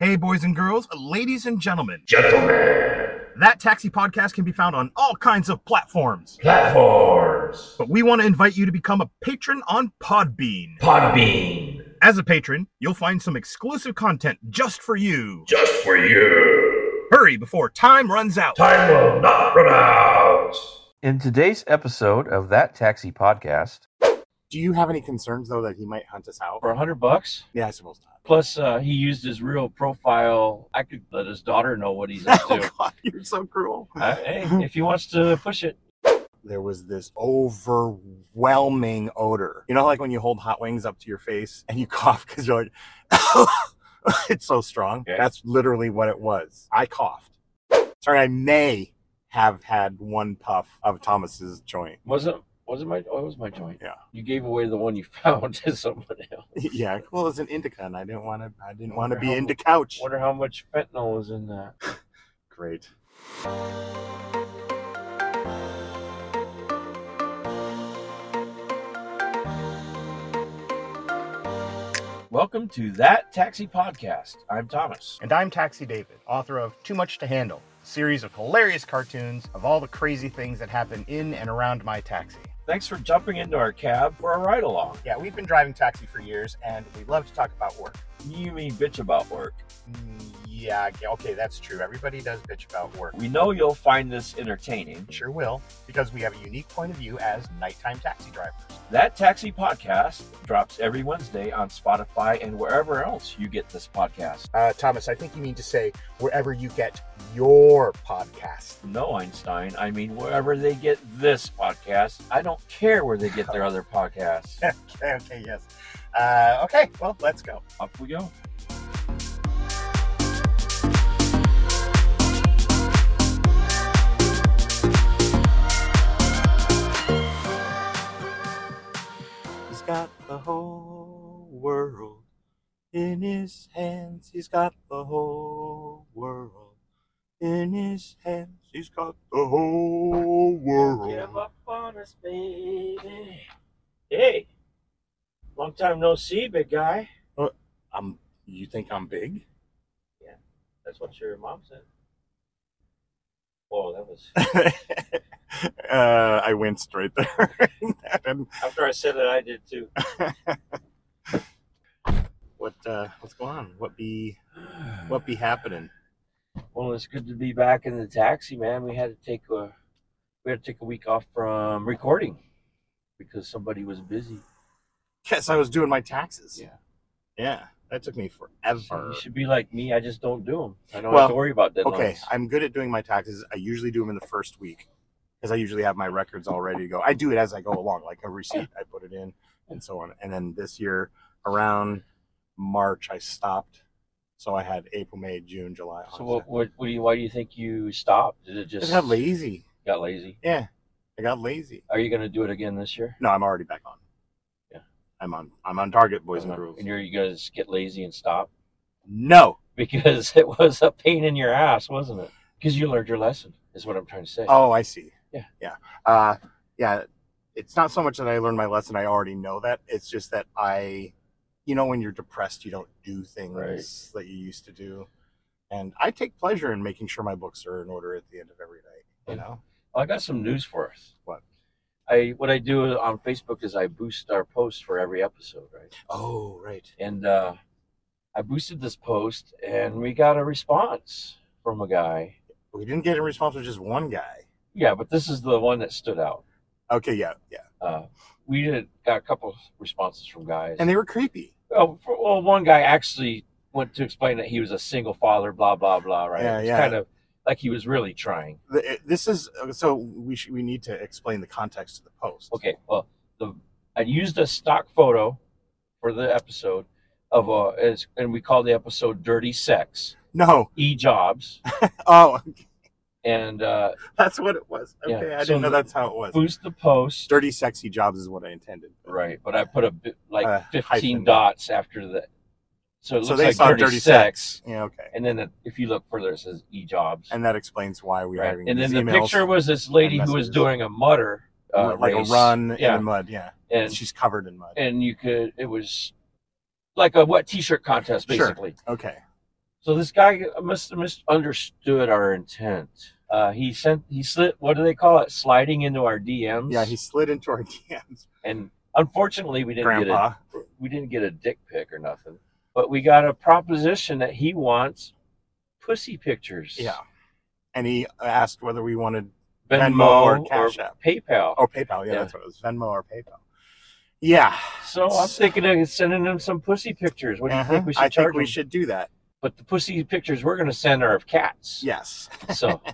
Hey, boys and girls, ladies and gentlemen, Gentlemen, that taxi podcast can be found on all kinds of platforms. platforms, But we want to invite you to become a patron on Podbean. Podbean, As a patron, you'll find some exclusive content just for you. just for you. Hurry before time runs out. Time will not run out. In today's episode of That Taxi Podcast, Do you have any concerns though that he might hunt us out? for a hundred bucks. Yeah, I suppose not. Plus, uh, he used his real profile. I could let his daughter know what he's up to. Oh, God, you're so cruel. I- hey, if he wants to push it, There was this overwhelming odor. You know, like when you hold hot wings up to your face and you cough because you're like, it's so strong. Yeah. That's literally what it was. I coughed. Sorry, I may have had one puff of Thomas's joint. wasn't wasn't my oh, it was my joint. Yeah. you gave away the one you found to someone else. yeah, well, it's an indica, and I didn't want to. I didn't want to Wonder be how- into couch. Wonder how much fentanyl is in that. Great. Welcome to that taxi podcast. I'm Thomas. And I'm Taxi David, author of Too Much to Handle, a series of hilarious cartoons of all the crazy things that happen in and around my taxi. Thanks for jumping into our cab for a ride along. Yeah, we've been driving taxi for years and we love to talk about work. You mean bitch about work? Mm, Yeah, okay, that's true. Everybody does bitch about work. We know you'll find this entertaining. Sure will, because we have a unique point of view as nighttime taxi drivers. That Taxi Podcast drops every Wednesday on Spotify and wherever else you get this podcast. Uh, Thomas, I think you mean to say wherever you get your podcast. No, Einstein. I mean, wherever they get this podcast, I don't care where they get their other podcasts. Okay, okay, yes. Uh, okay, well, let's go. Up we go. He's got the whole world in his hands. He's got the whole world in his hands. He's got the whole world. up on us, baby. Hey, long time no see, big guy. Um, you think I'm big? That's what your mom said. Whoa, that was uh, I winced right there. And after I said it. I did too. what uh, what's going on? What be what be happening? Well, it's good to be back in the taxi, man. We had to take a we had to take a week off from recording because somebody was busy. Yes, I was doing my taxes. Yeah. yeah, that took me You forever. should be like me. I just don't do them. I don't Well, have to worry about deadlines. Okay, I'm good at doing my taxes. I usually do them in the first week because I usually have my records all ready to go. I do it as I go along, like a receipt, I put it in and so on. And then this year, around March, I stopped. So I had April, May, June, July. so August. what, what, what do you, why do you think you stopped? Did it I just just got lazy. got lazy? Yeah, I got lazy. Are you going to do it again this year? No, I'm already back on. Yeah. I'm on. I'm on target, boys and girls. Uh, and you're you guys get lazy and stop No. because it was a pain in your ass, wasn't it? Because you learned your lesson, is what I'm trying to say. Oh, I see. Yeah. Yeah. Uh, yeah. It's not so much that I learned my lesson. I already know that. It's just that I, you know, when you're depressed, you don't do things Right. that you used to do. And I take pleasure in making sure my books are in order at the end of every night, you know? Well, I got some news for us. What? I what I do on Facebook is I boost our posts for every episode, right? Oh, right. And uh, I boosted this post, and we got a response from a guy. We didn't get a response from just one guy. Yeah, but this is the one that stood out. Okay. Yeah. Yeah. Uh, we did, got a couple responses from guys. And they were creepy. well, Oh, for, well, one guy actually went to explain that he was a single father, blah blah blah. Right? Yeah, It was yeah. Kind of like he was really trying. The- eh, This is uh, so we should, we need to explain the context of the post. Okay. Well, the I used a stock photo for the episode of a, it's- and we called the episode "Dirty Sex." No. E jobs Oh, and uh, that's what it was. Okay. Yeah, I so didn't know the- that's how it was. boost the post. Dirty sexy jobs is what I intended. Right, but I put a bit, like Uh, 15 hyphen. dots after that. So it looks So they like saw dirty, dirty sex. Yeah, okay. And then it, if you look further, it says e jobs. And that explains why we are right. having And then these the emails, picture was this lady and who was messages. doing a mutter, uh, like race. a run in Yeah. the mud. Yeah, And she's covered in mud. and you could it was like a wet t-shirt contest Sure. basically. Okay, So this guy must have misunderstood our intent. Uh, he sent he slid what do they call it? Sliding into our DMs. Yeah, he slid into our DMs, and unfortunately we didn't get a Grandpa. we didn't get a dick pic or nothing, but we got a proposition that he wants pussy pictures. Yeah. And he asked whether we wanted Venmo, Venmo or or, Cash App. PayPal. oh PayPal. Yeah, Yeah. that's what it was. Venmo or PayPal. Yeah. So I'm thinking of sending him some pussy pictures. What do you Uh-huh. think we should I charge think we him? should do that. But the pussy pictures we're going to send are of cats. Yes. So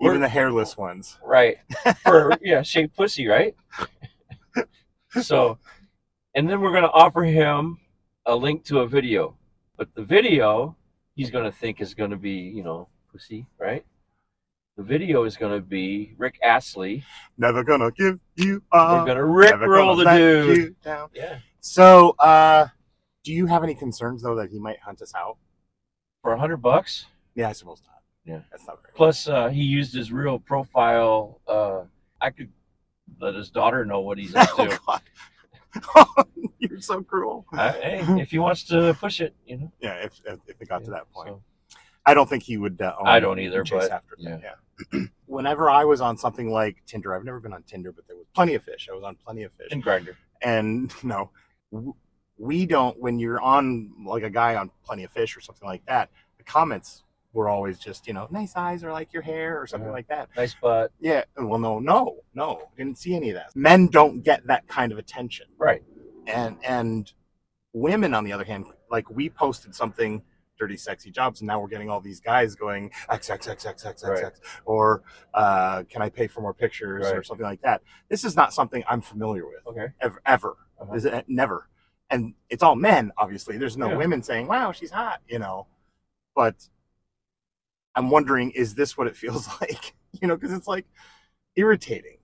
Even We're- the hairless ones. right for yeah shaped pussy, right? so, and then we're going to offer him a link to a video, but the video he's going to think is going to be you know pussy, right? The video is going to be Rick Astley. Never gonna give you We're up. going to Rick never roll gonna let the dude. you down. Yeah, So uh do you have any concerns though that he might hunt us out? for a hundred bucks. Yeah, I suppose not. Yeah. That's not very Plus, uh, he used his real profile. Uh, I could let his daughter know what he's up to. Oh, God. You're so cruel. Uh, hey, if he wants to push it, you know. yeah, if, if, if it got to that point. So, I don't think he would. Uh, own I don't either, Chase but- after that, yeah. Whenever I was on something like Tinder, I've never been on Tinder, but there was plenty of fish. I was on plenty of fish, and grinder. and no, w- we don't. When you're on like a guy on plenty of fish or something like that, the comments were always just you know nice eyes or like your hair or something Uh-huh. like that. Nice butt. Yeah, well, no, no, no, didn't see any of that. Men don't get that kind of attention Right. and and women on the other hand like we posted something dirty sexy jobs and now we're getting all these guys going x x x x x x Right. x or uh, can i pay for more pictures or Right. something like that this is not something i'm familiar with Okay. ever, ever. Uh-huh. This is- uh, never and it's all men obviously there's no Yeah. women saying wow she's hot you know but i'm wondering is this what it feels like you know because it's like irritating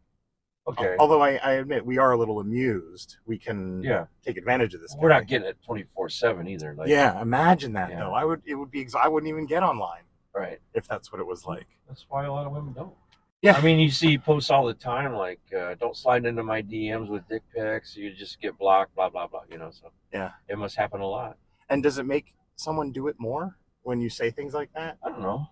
Okay. although I, I admit we are a little amused we can yeah. take advantage of this. We're guy. not getting it twenty four seven either. Like, yeah, imagine that Yeah. though. I would. It would be. ex- I wouldn't even get online Right. if that's what it was like. That's why a lot of women don't. Yeah. I mean, you see posts all the time like, uh, "Don't slide into my DMs with dick pics. You just get blocked." Blah blah blah. You know. So. Yeah. It must happen a lot. And does it make someone do it more when you say things like that? I don't know.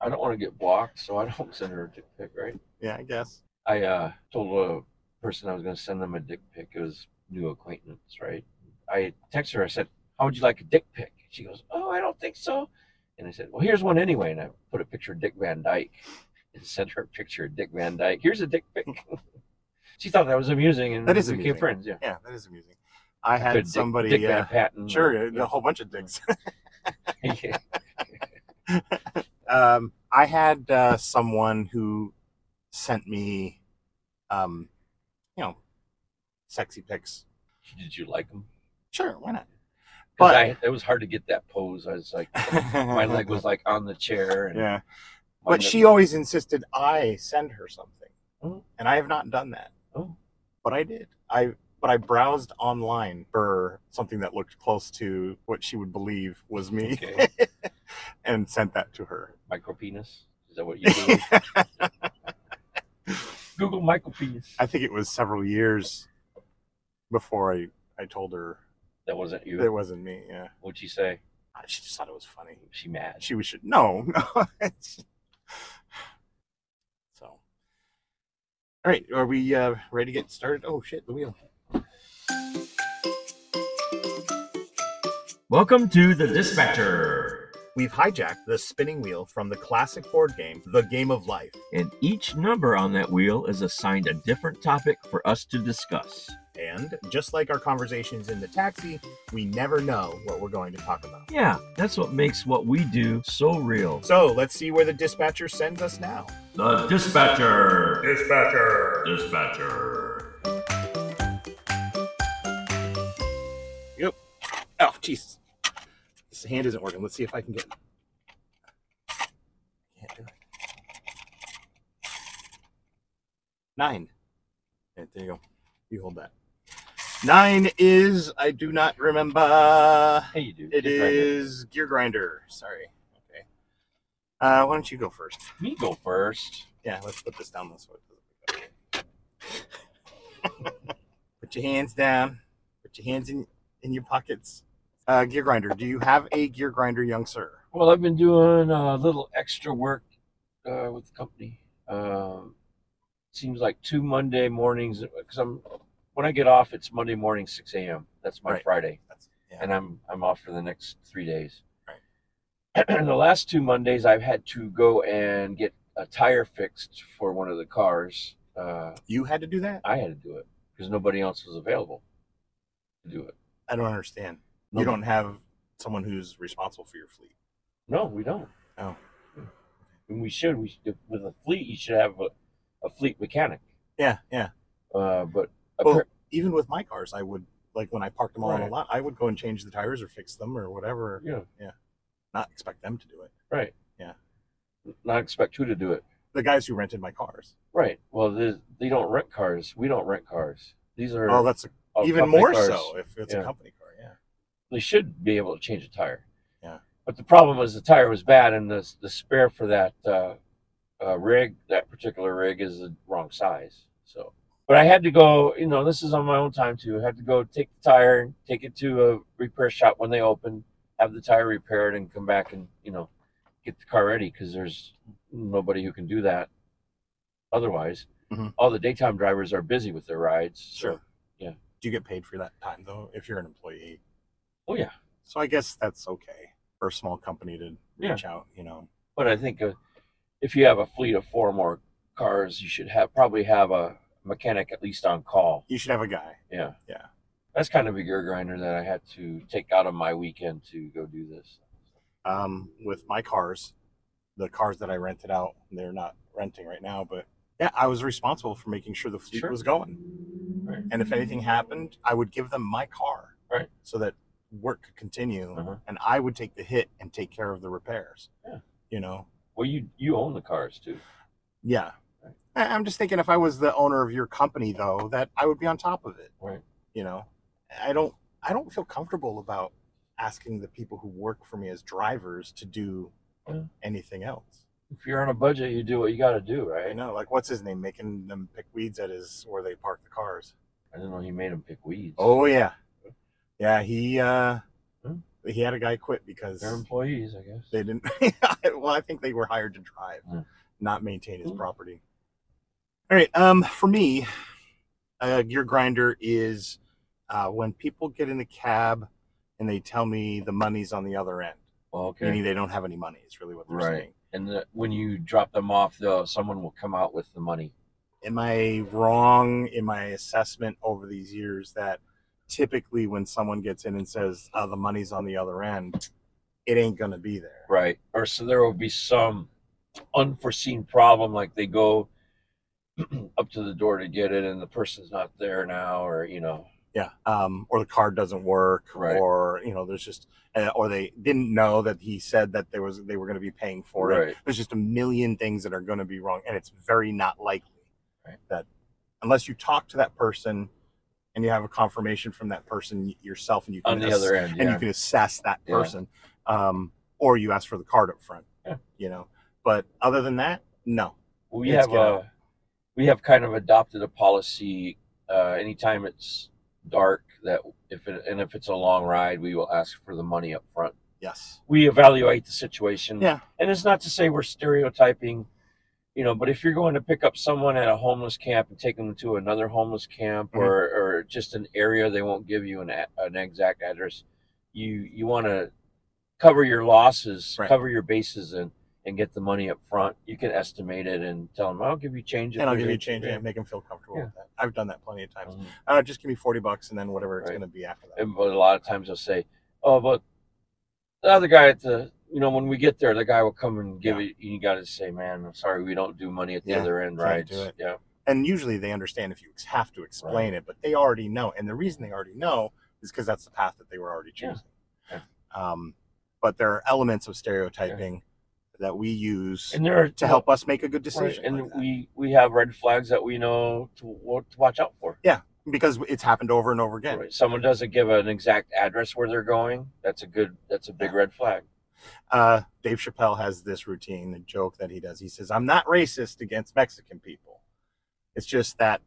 I don't want to get blocked, so I don't send her a dick pic, right? Yeah, I guess. I uh, told a person I was going to send them a dick pic. It was new acquaintance, right? I texted her. I said, "How would you like a dick pic?" She goes, "Oh, I don't think so." And I said, "Well, here's one anyway." And I put a picture of Dick Van Dyke and sent her a picture of Dick Van Dyke. Here's a dick pic. she thought that was amusing, and That is we became amusing. friends. Yeah, Yeah, that is amusing. I had Good Dick- somebody. Dick, yeah, Van Patten. uh, sure, a Yeah. whole bunch of dicks. yeah. um, I had uh, someone who sent me, um, you know, sexy pics. Did you like him? Sure, why not? But But- I, it was hard to get that pose. I was like, Oh, my leg was like on the chair, and Yeah. my But lip- she always insisted I send her something, Oh. and I have not done that. Oh. But I did. I but I browsed online for something that looked close to what she would believe was me, Okay. and sent that to her. micro penis. Is that what you do? Google micro penis. I think it was several years before I I told her that wasn't you. it wasn't me. Yeah, What'd she say? Ah, she just thought it was funny. She mad. She was should no no. It's- so, all right, are we uh, ready to get started? Oh shit, the wheel. Welcome to the Dispatcher. We've hijacked the spinning wheel from the classic board game, The Game of Life. And each number on that wheel is assigned a different topic for us to discuss. And just like our conversations in the taxi, we never know what we're going to talk about. Yeah, that's what makes what we do so real. So let's see where the dispatcher sends us now. The dispatcher. Dispatcher. Dispatcher. Oh, Jesus. This hand isn't working. Let's see if I can get. Can't do it. Nine. Yeah, there you go. You hold that. Nine is, I do not remember. Hey, you do. It Dick Wagner. is Gear Grinder. Sorry. Okay. Uh, why don't you go first? Me go first. Yeah, let's put this down this way. put your hands down. Put your hands in, in your pockets. Uh, gear grinder. Do you have a gear grinder, young sir? Well, I've been doing a little extra work uh, with the company. Um, seems like two Monday mornings because I'm when I get off, it's Monday morning, six a.m. That's my Right. Friday, That's, yeah. and I'm I'm off for the next three days. Right. And the last two Mondays, I've had to go and get a tire fixed for one of the cars. Uh, you had to do that? I had to do it because nobody else was available to do it. I don't understand. You Nope. don't have someone who's responsible for your fleet. No, we don't. Oh. And we should. We should, with a fleet, you should have a, a fleet mechanic. Yeah, yeah. Uh, but Well, appar- Even with my cars, I would like when I parked them all on Right. a lot, I would go and change the tires or fix them or whatever. yeah, Not expect them to do it. right. Yeah. Not expect who to do it. The guys who rented my cars. Right. Well, there's- they don't rent cars. We don't rent cars. These are Oh, that's a, all even company more cars. so if it's Yeah. a company car. Yeah. They should be able to change a tire. Yeah. But the problem was the tire was bad, and the the spare for that uh, uh, rig, that particular rig, is the wrong size. So, but I had to go. You know, this is on my own time too. I had to go take the tire, take it to a repair shop when they open, have the tire repaired, and come back and you know get the car ready because there's nobody who can do that otherwise. Mhm. All the daytime drivers are busy with their rides. so- Sure. Yeah. Do you get paid for that time though if you're an employee? Oh yeah. So I guess that's okay for a small company to Yeah. reach out, you know. But I think uh, if you have a fleet of four or more cars, you should have probably have a mechanic at least on call. You should have a guy. Yeah. Yeah. That's kind of a gear grinder that I had to take out of my weekend to go do this. Um, with my cars, the cars that I rented out, they're not renting right now, but yeah, I was responsible for making sure the fleet Sure. was going. Right. And if anything happened, I would give them my car. Right. So that work could continue Uh-huh. and I would take the hit and take care of the repairs. Yeah. You know? Well, you you own the cars too. Yeah. Right. I- I'm just thinking if I was the owner of your company though, that I would be on top of it. Right. You know, I don't I don't feel comfortable about asking the people who work for me as drivers to do Yeah. anything else. If you're on a budget, you do what you got to do, I right? know, like what's his name making them pick weeds at his where they park the cars. I didn't know he made him pick weeds. Oh yeah. Yeah, he uh Hmm. he had a guy quit because they're employees, I guess. they didn't well i think they were hired to drive Hmm. not maintain his Hmm. property all right um for me uh gear grinder is uh when people get in the cab and they tell me the money's on the other end Well, okay. meaning they don't have any money is really what they're Right. saying And the, when you drop them off, though, someone will come out with the money. am i wrong in my assessment over these years that typically when someone gets in and says oh the money's on the other end it ain't gonna be there Right. Or so there will be some unforeseen problem, like they go up to the door to get it and the person's not there now, or, you know, yeah um or the card doesn't work Right. or you know there's just uh, or they didn't know that he said that there was they were going to be paying for it right. there's just a million things that are going to be wrong and it's very not likely Right. that unless you talk to that person and you have a confirmation from that person yourself and you can On the ass- other end. and Yeah. you can assess that Yeah. person um or you ask for the card up front Yeah. you know but other than that no we Let's have get a, we have kind of adopted a policy uh, anytime it's dark that if it, and if it's a long ride, we will ask for the money up front. yes We evaluate the situation. Yeah. And it's not to say we're stereotyping, you know, but if you're going to pick up someone at a homeless camp and take them to another homeless camp Mm-hmm. or, or just an area, they won't give you an, a- an exact address. You you want to cover your losses, Right. cover your bases, and and get the money up front. You can estimate it and tell them, I'll give you change. if and i'll there's give you any-" change Yeah. and make them feel comfortable Yeah. with that i've done that plenty of times Mhm. uh, just give me 40 bucks and then whatever it's Right. going to be after that And but a lot of times they'll say, "Oh, but the other guy at the you know when we get there, the guy will come and give Yeah. it." You got to say, "Man, I'm sorry, we don't do money at the Yeah, other end, can't right?" do it. Yeah, and usually they understand if you ex- have to explain it, but they already know. And the reason they already know is because that's the path that they were already Yeah. choosing. Yeah. Um, but there are elements of stereotyping that we use and there are to help us make a good Right, decision. and like that. we we have red flags that we know to, what to watch out for. because it's happened over and over again. Right. Someone doesn't give an exact address where they're going. That's a good. That's a big red flag. Uh, Dave Chappelle has this routine, the joke that he does. He says, I'm not racist against Mexican people. It's just that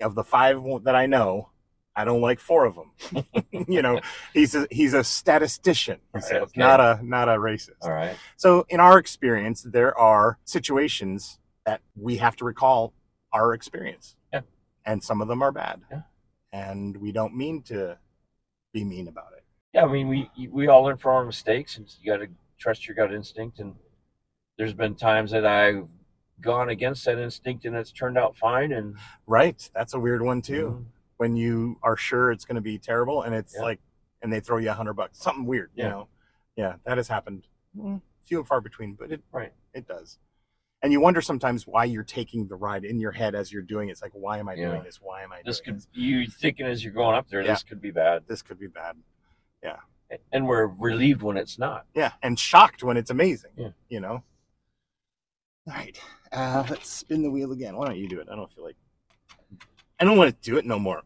of the five that I know, I don't like four of them. you know, he's a, he's a statistician. He Right, says, okay. not a not a racist. All right. So, in our experience, there are situations that we have to recall our experience. Yeah. And some of them are bad. Yeah. And we don't mean to be mean about it. Yeah, I mean, we we all learn from our mistakes, and you got to trust your gut instinct. And there's been times that I've gone against that instinct, and it's turned out fine. And Right. That's a weird one, Mm-hmm. too. When you are sure it's going to be terrible and it's Yeah. like, and they throw you a hundred bucks, something weird, you Yeah. know? Yeah. That has happened mm, few and far between, but it, Right. it does. And you wonder sometimes why you're taking the ride in your head as you're doing it. It's like, why am I Yeah. doing this? Why am I this doing could you thinking as you're going up there, this could be bad, This could be bad. and we're relieved when it's not. yeah and shocked when it's amazing Yeah. you know all right uh let's spin the wheel again why don't you do it i don't feel like i don't want to do it no more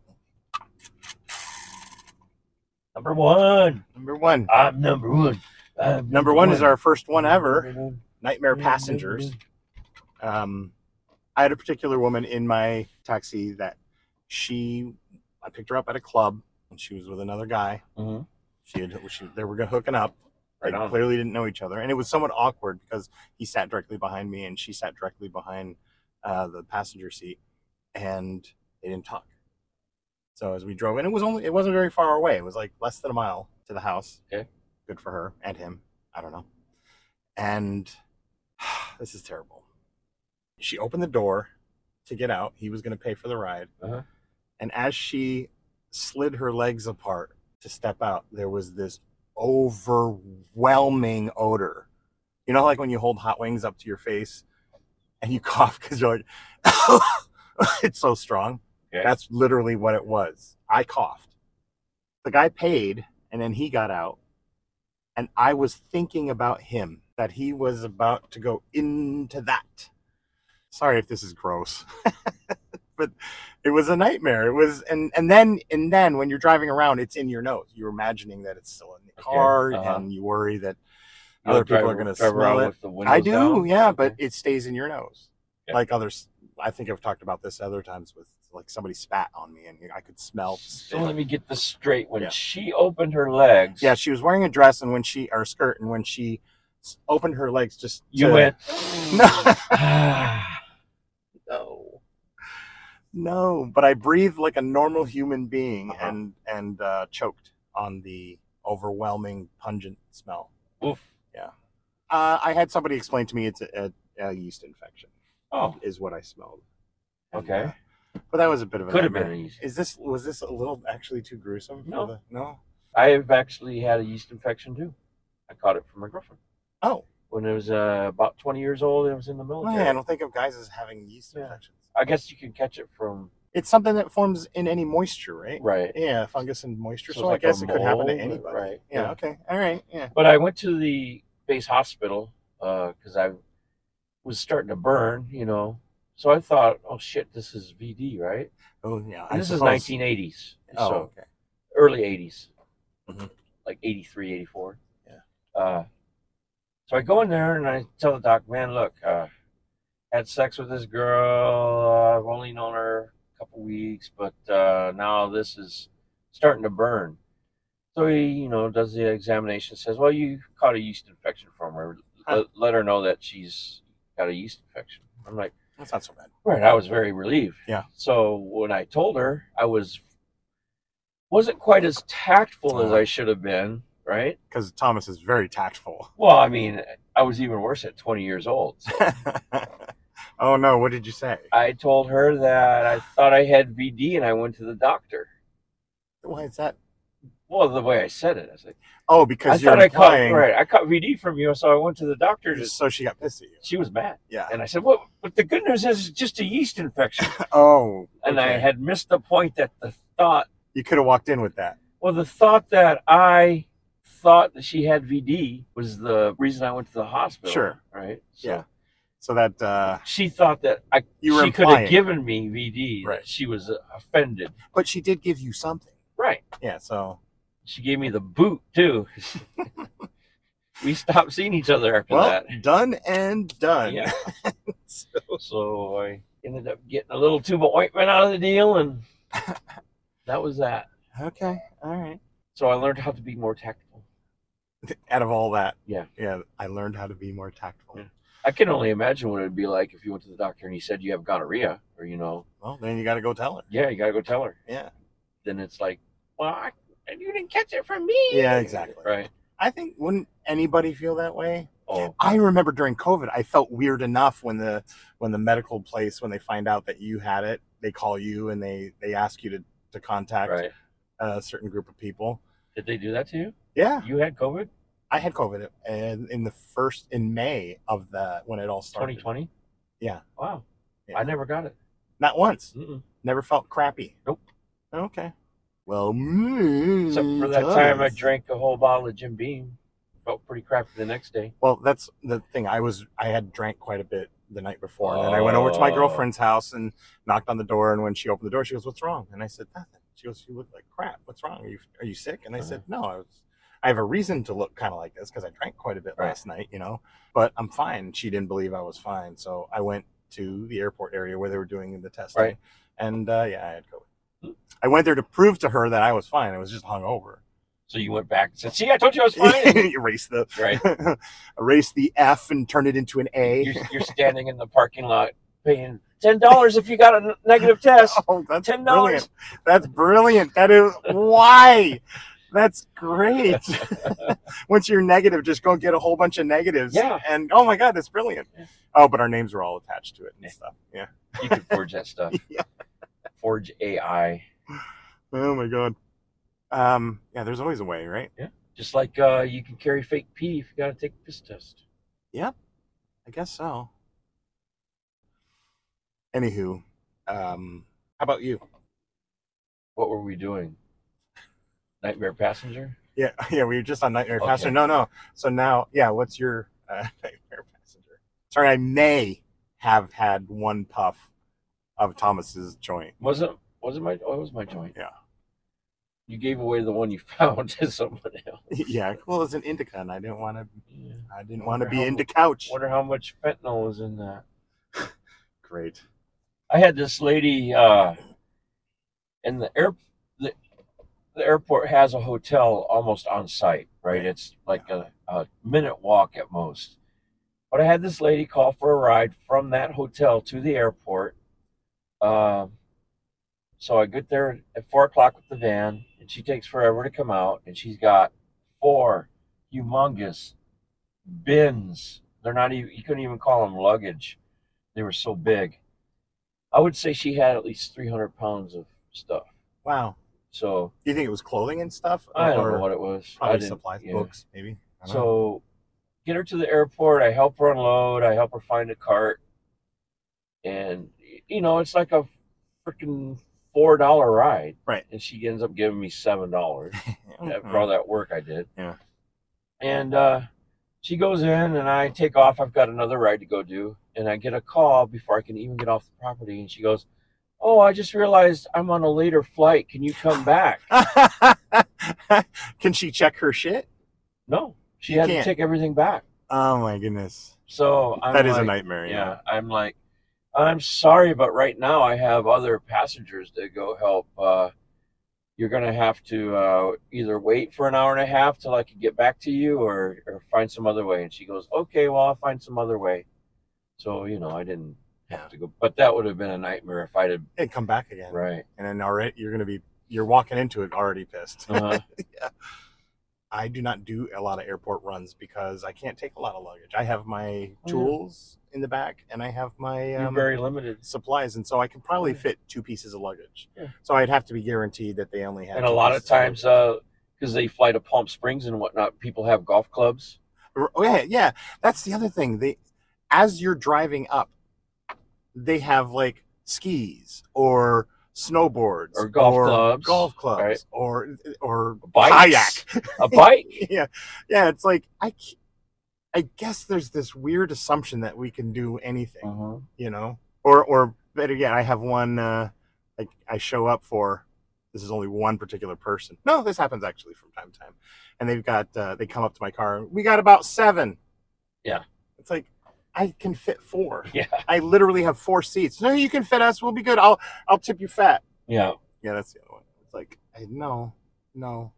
Number one, number one I'm number one. I'm Uh, number one is our first one ever Number one. nightmare passengers um i had a particular woman in my taxi that she i picked her up at a club and she was with another guy Mhm. she had she, they were hooking up Right they on. clearly didn't know each other and it was somewhat awkward because he sat directly behind me and she sat directly behind uh, the passenger seat and they didn't talk so as we drove and it was only it wasn't very far away it was like less than a mile to the house Okay. good for her and him i don't know and this is terrible she opened the door to get out he was going to pay for the ride Uh-huh. and as she slid her legs apart to step out there was this overwhelming odor. You know, like when you hold hot wings up to your face and you cough because you're like, it's so strong. Okay. That's literally what it was. I coughed. The guy paid and then he got out. And I was thinking about him, that he was about to go into that. Sorry if this is gross. but it was a nightmare. It was and and then and then when you're driving around, it's in your nose. You're imagining that it's still in the car uh-huh. and you worry that You other drive- people are going to drive around smell it. with the I windows do, down? yeah, Okay. but it stays in your nose. Yeah. Like others, I think I've talked about this other times with like somebody spat on me and I could smell. So let me get this straight. When Yeah. she opened her legs, Yeah, she was wearing a dress and when she or skirt and when she s- opened her legs, just you to- went. No, no. no, but I breathed like a normal human being Uh-huh. and and uh, choked on the overwhelming pungent smell. Oof. Uh, I had somebody explain to me it's a, a, a yeast infection Oh, is what I smelled. okay. But that was a bit of a Could have nightmare. been easy. Is this was this a little actually too gruesome? for No. the- no. I have actually had a yeast infection too. I caught it from my girlfriend Oh, when I was uh, about 20 years old. and I was in the military. man, I don't think of guys as having yeast Yeah. infections. I guess you can catch it from It's something that forms in any moisture, right? right. Yeah, fungus and moisture. So So, it's I like a guess it could happen to mold, anybody. right, Yeah, yeah. Okay. All right. Yeah. But I went to the base hospital because I was starting to burn, you know. So I thought, oh shit, this is VD, right? Oh yeah. And this is suppose. 1980s, Oh, so okay. early 80s, Mhm. like 83, 84. Yeah. Uh, so I go in there and I tell the doc, man, look, uh, had sex with this girl. I've only known her a couple weeks, but uh, now this is starting to burn. So he, you know, does the examination, says, well, you caught a yeast infection from her. Huh. Let, let her know that she's got a yeast infection. I'm like, That's not so bad. Right, I was very relieved. Yeah. So when I told her, I was wasn't quite as tactful Uh-huh. as I should have been. Right. Because Thomas is very tactful. Well, I mean, I was even worse at 20 years old. So oh no! What did you say? I told her that I thought I had VD, and I went to the doctor. Why is that? Well, the way I said it, I was like, Oh, I because you're thought I caught implying. right. I caught VD from you, so I went to the doctor. Just So she got pissed at you. she was mad, Yeah. and I said, "Well, but the good news is it's just a yeast infection." Oh. And I okay. had missed the point that the thought You could have walked in with that. Well, the thought that I thought that she had VD was the reason I went to the hospital. Sure. Right. Yeah. So that uh, She thought that I you were she could implying, have given me VD. that Right. She was uh, offended. but she did give you something. Right. Yeah. So She gave me the boot too. we stopped seeing each other after well, that. done and done. Yeah. So- So I ended up getting a little tube of ointment out of the deal and That was that. Okay. All right. So I learned how to be more tactful. Out of all that, Yeah. yeah, I learned how to be more tactful. Yeah. I can only imagine what it would be like if you went to the doctor and he said you have gonorrhea, or you know, Well, then you got to go tell her. yeah, you gotta go tell her. Yeah. Then it's like, well, I, and you didn't catch it from me. Yeah, exactly. Right. I think wouldn't anybody feel that way? Oh, I remember during COVID, I felt weird enough when the when the medical place when they find out that you had it, they call you and they they ask you to to contact right. a certain group of people. Did they do that to you? Yeah, You had COVID I had COVID and in the first in May of the when it all started. 2020. Yeah. Wow. Yeah. I never got it. Not once. Mm-mm. Never felt crappy. Nope. Okay. Well, mm, Except for that time I does. drank a whole bottle of Jim Beam. Felt pretty crappy the next day. Well, that's the thing. I was I had drank quite a bit the night before, and then I went over to my Oh. girlfriend's house and knocked on the door. And when she opened the door, she goes, "What's wrong?" And I said, "Nothing." She goes, "You look like crap. What's wrong? Are you are you sick?" And I said, Uh-huh. "No, I was. I have a reason to look kind of like this because I drank quite a bit Right. last night, you know. But I'm fine." She didn't believe I was fine, so I went to the airport area where they were doing the testing, Right. and uh, yeah, I had COVID. I went there to prove to her that I was fine. I was just hungover. So you went back and said, "See, I told you I was fine." Erase the right. erase the F and turn it into an A. You're, you're standing in the parking lot paying ten dollars if you got a n- negative test. Oh, that's Ten brilliant. dollars. That's brilliant. That is why. That's great. Once you're negative, just go get a whole bunch of negatives. Yeah. And oh my God, that's brilliant. Yeah. Oh, but our names were all attached to it Yeah. and stuff. Yeah. You could forge that stuff. Yeah. Forge AI. Oh my God. Um. Yeah. There's always a way, right? Just like uh, you can carry fake pee if you got to take a piss test. I guess so. Anywho, um, how about you? What were we doing? Nightmare passenger. Yeah. Yeah. We were just on Nightmare Okay. Passenger. No, no. So now, yeah. What's your uh, Nightmare Passenger? Sorry, I may have had one puff of Thomas's joint. Was it? Was it my? Oh, it was my joint. Yeah. You gave away the one you found to someone else. yeah. Well, it's an indica, and I didn't want to. Yeah. I didn't want to Wonder be how- into couch. Wonder how much fentanyl was in that. Great. I had this lady uh, in the air. The, the airport has a hotel almost on site, right? It's like a, a minute walk at most. But I had this lady call for a ride from that hotel to the airport. Um, so I get there at four o'clock with the van, and she takes forever to come out, and she's got four humongous bins. They're not even, you couldn't even call them luggage. They were so big. I would say she had at least 300 pounds of stuff. Wow. So Do you think it was clothing and stuff? I don't Or know what it was. I Probably didn't- supplies, yeah. books, maybe. I don't know. So get her to the airport. I help her unload. I help her find a cart. And, you know, it's like a freaking $4 ride. Right. And she ends up giving me $7 Yeah, for all that work I did. Mm-hmm. Yeah. And uh, she goes in and I take off. I've got another ride to go do. And I get a call before I can even get off the property. And she goes, Oh, I just realized I'm on a later flight. Can you come back? Can she check her shit? no. She You had can't. to take everything back. Oh my goodness. So I'm that is a like, nightmare. Yeah, I'm like, I'm sorry, but right now I have other passengers to go help. Uh, you're gonna have to uh, either wait for an hour and a half till I can get back to you, or or find some other way. And she goes, okay, well I'll find some other way. So you know I didn't have to go, but that would have been a nightmare if I did. And come back again. Right. And then already you're gonna be you're walking into it already pissed. Uh-huh. I do not do a lot of airport runs because I can't take a lot of luggage. I have my Oh, yeah. tools in the back and I have my You're um, very limited supplies, and so I can probably Yeah. fit two pieces of luggage. Yeah. So I'd have to be guaranteed that they only have. and a two lot of pieces of times because they fly to palm springs and whatnot people have golf clubs luggage. Oh, yeah, yeah. That's the other thing. They, as you're driving up, they have like skis or snowboards Or golf clubs, golf clubs, right. or or bikes, kayak. a bike yeah, yeah. It's like I. c- I guess there's this weird assumption that we can do anything. uh-huh. you know or or better yet i have one uh like i show up for this is only one particular person no this happens actually from time to time and they've got uh, they come up to my car and we got about seven Yeah. it's like i can fit four yeah i literally have four seats no you can fit us we'll be good i'll i'll tip you fat yeah yeah that's the other one it's like, I, no, no.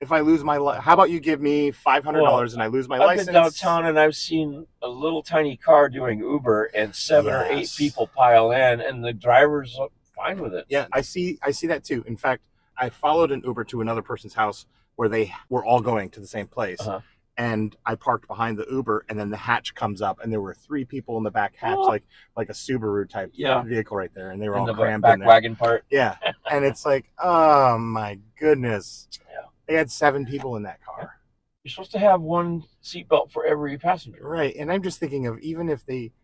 If I lose my, li- how about you give me five hundred dollars and I lose my I've license? been downtown and I've seen a little tiny car doing Uber and seven or eight Yes. people pile in and the driver's fine with it. Yeah, I see. I see that too. In fact, I followed an Uber to another person's house where they were all going to the same place, Uh-huh. and I parked behind the Uber, and then the hatch comes up, and there were three people in the back hatch, Oh. like like a Subaru type Yeah. vehicle right there, and they were In all the crammed back in there. wagon part. Yeah, and it's like, oh my goodness, Yeah. they had seven people in that car, You're supposed to have one seatbelt for every passenger. right? And I'm just thinking of even if they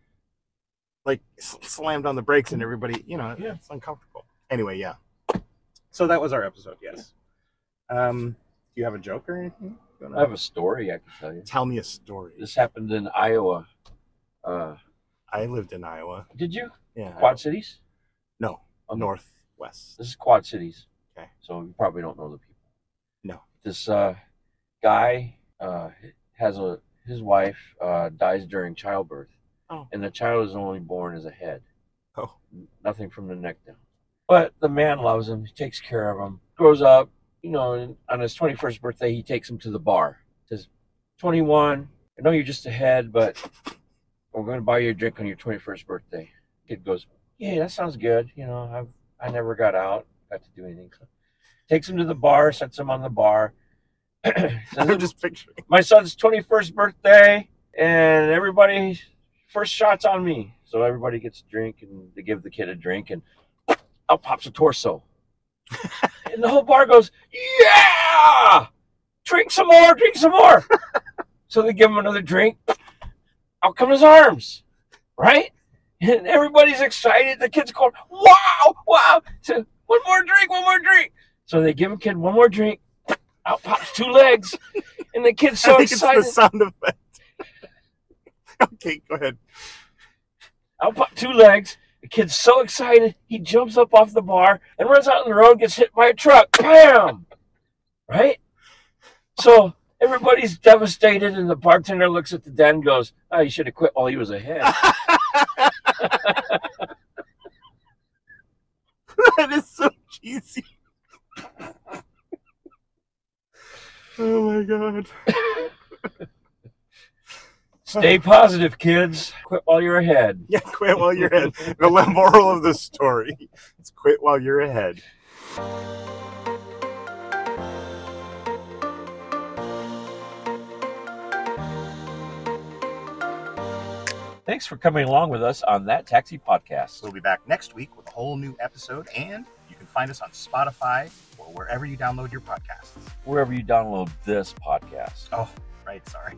like s- slammed on the brakes and everybody, you know, Yeah. it's uncomfortable. Anyway, yeah. So that was our episode. Yes. Um, do you have a joke or anything? You wanna- I have a story I can tell you. Tell me a story. This happened in Iowa. Uh, I lived in Iowa. did you? Yeah. Quad Cities? No, On the northwest. This is Quad Cities. Okay. So you probably don't know the people. No. This uh, guy uh, has a his wife uh, dies during childbirth, Oh. and the child is only born as a head. Oh. Nothing from the neck down. But the man loves him. He takes care of him. Grows up. You know, and on his twenty first birthday, he takes him to the bar. Says, twenty one. I know you're just a head, but we're going to buy you a drink on your twenty first birthday. Kid goes, yeah, that sounds good. You know, I've I never got out, got to do anything. So, takes him to the bar, sets him on the bar. I'm Says, just picturing. My son's 21st birthday, and everybody, first shot's on me. So everybody gets a drink, and they give the kid a drink, and out pops a torso. and the whole bar goes, Yeah! Drink some more, drink some more. so they give him another drink. Out come his arms, right? And everybody's excited. The kid's going, Wow, wow. So, one more drink, one more drink. So they give him kid one more drink. Out pops two legs. And the kid's so I think excited. it's the sound effect. okay, go ahead. Out pop two legs. The kid's so excited, he jumps up off the bar and runs out on the road, gets hit by a truck. Bam! Right? So everybody's devastated, and the bartender looks at the den and goes, Oh, you should have quit while he was ahead. that is so cheesy. oh my god. Stay positive, kids. Quit while you're ahead. Yeah, quit while you're ahead. The moral of the story is quit while you're ahead. Thanks for coming along with us on that taxi podcast. We'll be back next week with a whole new episode, and you can find us on Spotify or wherever you download your podcasts. Wherever you download this podcast. Oh, right, sorry.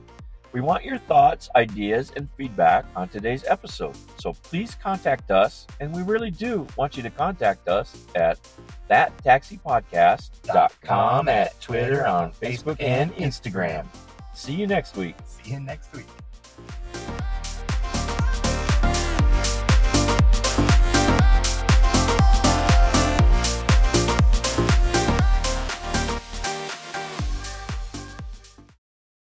We want your thoughts, ideas, and feedback on today's episode. So please contact us, and we really do want you to contact us at thattaxipodcast.com, at Twitter, on Facebook, and Instagram. See you next week. See you next week.